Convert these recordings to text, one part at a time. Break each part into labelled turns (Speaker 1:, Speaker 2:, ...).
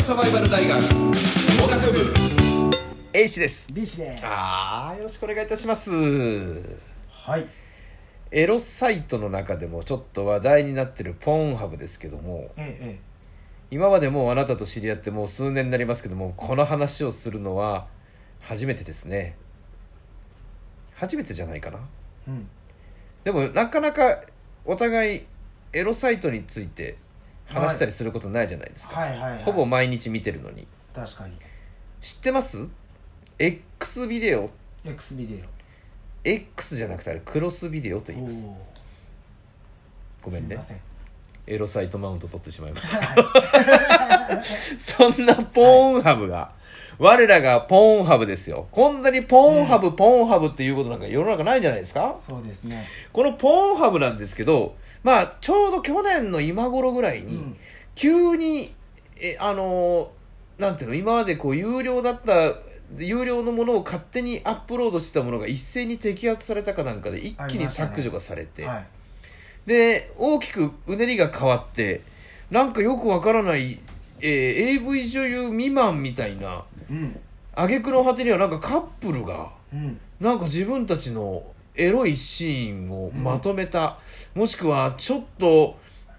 Speaker 1: サバイバル大学農学部
Speaker 2: A 氏です。
Speaker 3: B 氏です
Speaker 2: ああ、よろしくお願いいたします。
Speaker 3: はい
Speaker 2: エロサイトの中でもちょっと話題になってるポンハブですけども、
Speaker 3: え
Speaker 2: 今までもうあなたと知り合ってもう数年になりますけども、この話をするのは初めてですね。初めてじゃないかな。
Speaker 3: えうん
Speaker 2: でもなかなかお互いエロサイトについて話したりすることないじゃないですか。
Speaker 3: はいはい、はい、
Speaker 2: ほぼ毎日見てるのに。
Speaker 3: 確かに
Speaker 2: 知ってます ?X ビデオ
Speaker 3: X ビデ
Speaker 2: X じゃなくてあれクロスビデオと
Speaker 3: オ
Speaker 2: 言います
Speaker 3: おー
Speaker 2: ごめんね
Speaker 3: すい
Speaker 2: エロサイトマウント取ってしまいまし
Speaker 3: ませんはい
Speaker 2: た そんなポーンハブが、我らがポーンハブですよこんなにポーンハブ、ポーンハブっていうことなんか世の中ないじゃないですか
Speaker 3: そうですね
Speaker 2: このポーンハブなんですけどまあちょうど去年の今頃ぐらいに、
Speaker 3: うん
Speaker 2: 急にえあのーなんていうの今までこう有料だった有料のものを勝手にアップロードしてたものが一斉に摘発されたかなんかで一
Speaker 3: あ
Speaker 2: 気
Speaker 3: り
Speaker 2: に
Speaker 3: ましたね
Speaker 2: 削除がされて、
Speaker 3: はい
Speaker 2: で大きくうねりが変わってなんかよくわからない、えー AV 女優未満みたいな
Speaker 3: うん
Speaker 2: 挙句の果てにはなんかカップルが
Speaker 3: うん
Speaker 2: なんか自分たちのエロいシーンをまとめた、もしくはちょっと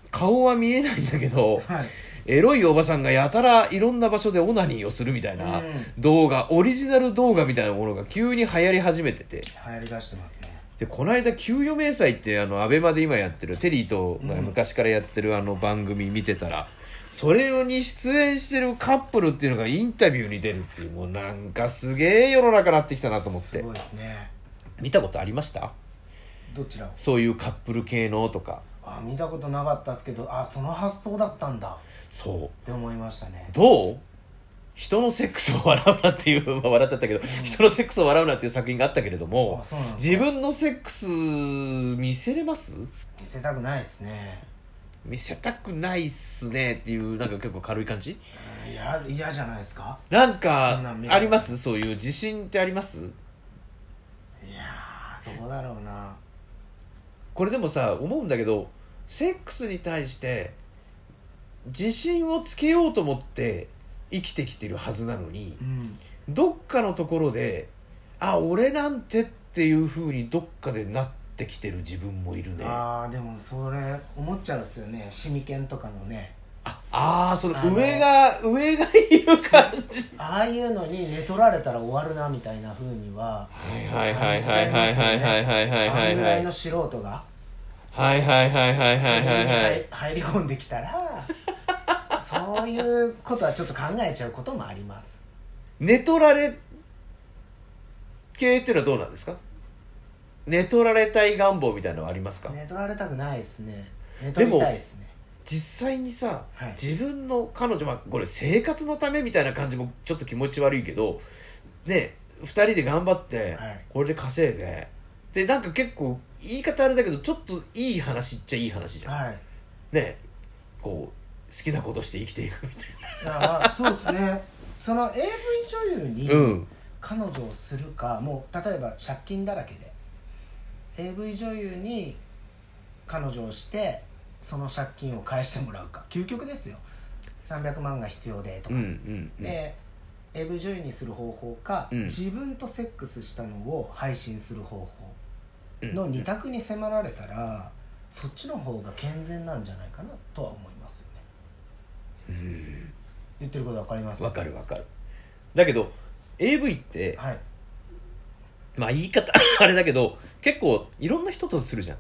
Speaker 2: 顔は見えないんだけど
Speaker 3: はい
Speaker 2: エロいおばさんがやたらいろんな場所でオナニーをするみたいな
Speaker 3: うん
Speaker 2: 動画、オリジナル動画みたいなものが急に流行り始めてて。
Speaker 3: 流行り出してますね
Speaker 2: でこの間給与明細ってあのアベマで今やってるテリーとが昔からやってるあの番組見てたら、それに出演してるカップルっていうのがインタビューに出るっていうもうなんかすげえ世の中なってきたなと思っ
Speaker 3: す
Speaker 2: て
Speaker 3: ごいですね
Speaker 2: 見たことありました
Speaker 3: どちらを
Speaker 2: そういうカップル系のとか
Speaker 3: あ見たことなかったですけどあその発想だったんだ
Speaker 2: そ
Speaker 3: って思いましたね
Speaker 2: うどう人のセックスを笑うなっていう 笑っちゃったけど、人のセックスを笑うなっていう作品があったけれども
Speaker 3: あそうなんです
Speaker 2: 自分のセックス見せれます
Speaker 3: 見せたくないですね
Speaker 2: 見せたくないっすねっていうなんか結構軽い感じ
Speaker 3: うんいや嫌じゃないですか
Speaker 2: なん
Speaker 3: そ
Speaker 2: か
Speaker 3: んなん見ない
Speaker 2: ありますそういう自信ってあります
Speaker 3: いやーどうだろうな
Speaker 2: これでもさ思うんだけどセックスに対して自信をつけようと思って生きてきてるはずなのに
Speaker 3: うん
Speaker 2: どっかのところであ俺なんてっていう風にどっかでなってきてる自分もいるねあ
Speaker 3: ああでもそれ思っちゃうんですよねシミ犬とかのね
Speaker 2: あーそ
Speaker 3: あ
Speaker 2: の
Speaker 3: の
Speaker 2: 上が上がいる感じ
Speaker 3: ああいうのに寝取られたら終わるなみたいな風には
Speaker 2: はいはいはいはいはいはいはいはいはいは
Speaker 3: あ
Speaker 2: い
Speaker 3: んぐ
Speaker 2: は
Speaker 3: ら
Speaker 2: い
Speaker 3: いの素人が
Speaker 2: はいはいはいはいはいはいはい
Speaker 3: 入入り込んできたらそういうことはちょっと考えちゃうこともあります
Speaker 2: 寝取られ系っていうのはどうなんですか寝取られたい願望みたいなのはありますか、
Speaker 3: 寝取られたくないですね寝
Speaker 2: で
Speaker 3: 取
Speaker 2: も
Speaker 3: りたいですね
Speaker 2: 実際にさ、
Speaker 3: はい
Speaker 2: 自分の彼女まあこれ生活のためみたいな感じもちょっと気持ち悪いけどね2人で頑張って、
Speaker 3: はい
Speaker 2: これで稼いででなんか結構言い方あれだけどちょっといい話っちゃいい話じゃん、
Speaker 3: はい
Speaker 2: ねこう好きなことして生きていくみたい
Speaker 3: だからそうですねその AV 女優
Speaker 2: な、う
Speaker 3: に
Speaker 2: ん、
Speaker 3: 彼女をするか、もう例えば借金だらけで AV 女優に彼女をしてその借金を返してもらうか究極ですよ300万が必要でとか
Speaker 2: うんうんうん
Speaker 3: で、AV 女優にする方法か、
Speaker 2: うん
Speaker 3: 自分とセックスしたのを配信する方法
Speaker 2: うん
Speaker 3: の二択に迫られたら、そっちの方が健全なんじゃないかなとは思いますよね、言ってること分かります
Speaker 2: わかるわかるだけど AV って、
Speaker 3: はい
Speaker 2: まあ言い方 あれだけど結構いろんな人とするじゃん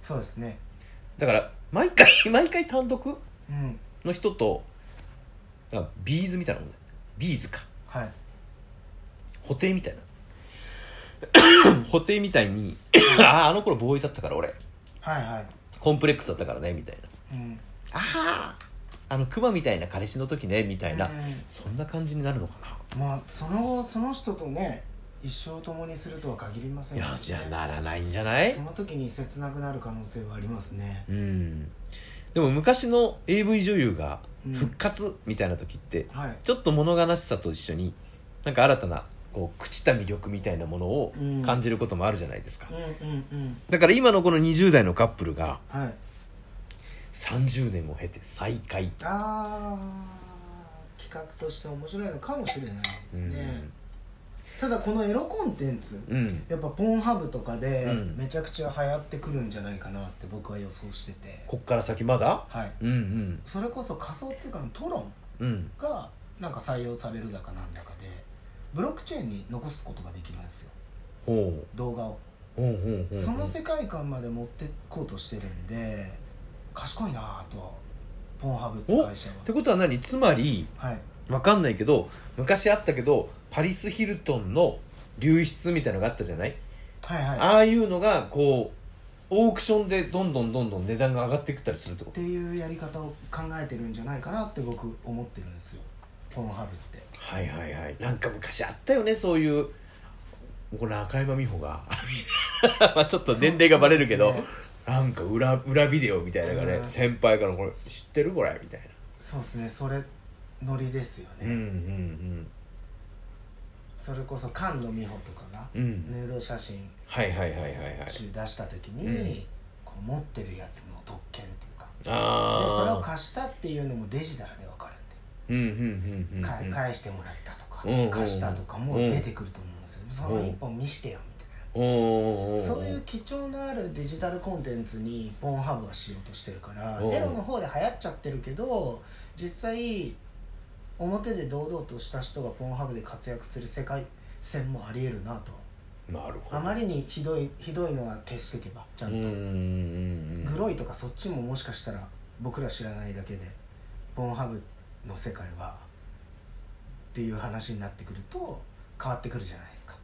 Speaker 3: そうですね
Speaker 2: だから毎回 毎回単独
Speaker 3: うん
Speaker 2: の人とあビーズみたいなもんだビーズか
Speaker 3: はい
Speaker 2: 布袋み たいな布袋みたいにあああの頃ボーイだったから俺
Speaker 3: はいはい
Speaker 2: コンプレックスだったからねみたいな
Speaker 3: うん
Speaker 2: あああのクマみたいな彼氏の時ねみたいな、
Speaker 3: うん
Speaker 2: そんな感じになるのかな
Speaker 3: まあその後その人とね一生共にするとは限りません
Speaker 2: い
Speaker 3: から
Speaker 2: や
Speaker 3: ね
Speaker 2: じゃあならないんじゃない
Speaker 3: その時に切なくなる可能性はありますね
Speaker 2: うんでも昔の AV 女優が
Speaker 3: うん
Speaker 2: 復活みたいな時って、
Speaker 3: はい
Speaker 2: ちょっと物悲しさと一緒になんか新たなこう朽ちた魅力みたいなものを
Speaker 3: うん
Speaker 2: 感じることもあるじゃないですか、
Speaker 3: うんうんうん
Speaker 2: だから今のこの20代のカップルが
Speaker 3: はい
Speaker 2: 30年を経て再会
Speaker 3: あー企画として面白いのかもしれないです
Speaker 2: うん
Speaker 3: ね、ただこのエロコンテンツ、
Speaker 2: うん
Speaker 3: やっぱポンハブとかで
Speaker 2: うん
Speaker 3: めちゃくちゃ流行ってくるんじゃないかなって僕は予想してて、
Speaker 2: こっから先まだ
Speaker 3: はい
Speaker 2: うん
Speaker 3: それこそ仮想通貨のトロン
Speaker 2: うんうん
Speaker 3: がなんか採用されるだかなんだかでブロックチェーンに残すことができるんですよ
Speaker 2: ほう
Speaker 3: 動画を
Speaker 2: ほうほうほう
Speaker 3: その世界観まで持ってこうとしてるんで賢いなぁとポンハブって
Speaker 2: おっ
Speaker 3: 会社は
Speaker 2: てことは何つまり
Speaker 3: はい
Speaker 2: わかんないけど昔あったけどパリス・ヒルトンの流出みたいのがあったじゃない
Speaker 3: はいはいっ
Speaker 2: ああいうのがこうオークションでどんどんどんどん値段が上がっていったりするってこと
Speaker 3: ていうやり方を考えてるんじゃないかなって僕思ってるんですよポンハブって
Speaker 2: はいはいはいなんか昔あったよねそういうこの赤山美穂が まあちょっと年齢がバレるけど、
Speaker 3: そうですね
Speaker 2: なんか裏裏ビデオみたいなのがね、
Speaker 3: うん
Speaker 2: 先輩から「これ知ってるこれ」みたい
Speaker 3: そうですねそれノリですよ
Speaker 2: な、
Speaker 3: ね、
Speaker 2: うんうん
Speaker 3: それこそ菅野美穂とかが
Speaker 2: うんうん
Speaker 3: ヌード写真
Speaker 2: はいはいはいはいはい
Speaker 3: 集出した時に、
Speaker 2: うん
Speaker 3: こう持ってるやつの特権っていうかでそれを
Speaker 2: ああ
Speaker 3: 貸したっていうのもデジタルで分かるんで
Speaker 2: うんうんうんうん
Speaker 3: か
Speaker 2: うん
Speaker 3: 返してもらったとか、
Speaker 2: うんうんうん
Speaker 3: 貸したとかもう出てくると思うんですよ、その一本見してよみた
Speaker 2: おーおーおーおー
Speaker 3: いな、そういう貴重なあるデジタルコンテンツにポンハブはしようとしてるから、
Speaker 2: うん
Speaker 3: エロの方で流行っちゃってるけど実際表で堂々とした人がポンハブで活躍する世界線もありえるなと
Speaker 2: なるほど
Speaker 3: あまりにひどいひどいのは消していけばちゃん
Speaker 2: うん
Speaker 3: と、
Speaker 2: うんうんうん
Speaker 3: グロいとかそっちももしかしたら僕ら知らないだけでボンハブの世界はっていう話になってくると変わってくるじゃないですか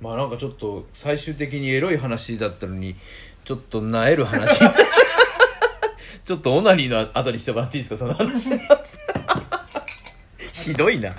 Speaker 2: まあなんかちょっと最終的にエロい話だったのにちょっとなえる話ちょっとオナニーの後にしてもらっていいですかその話 ひどいな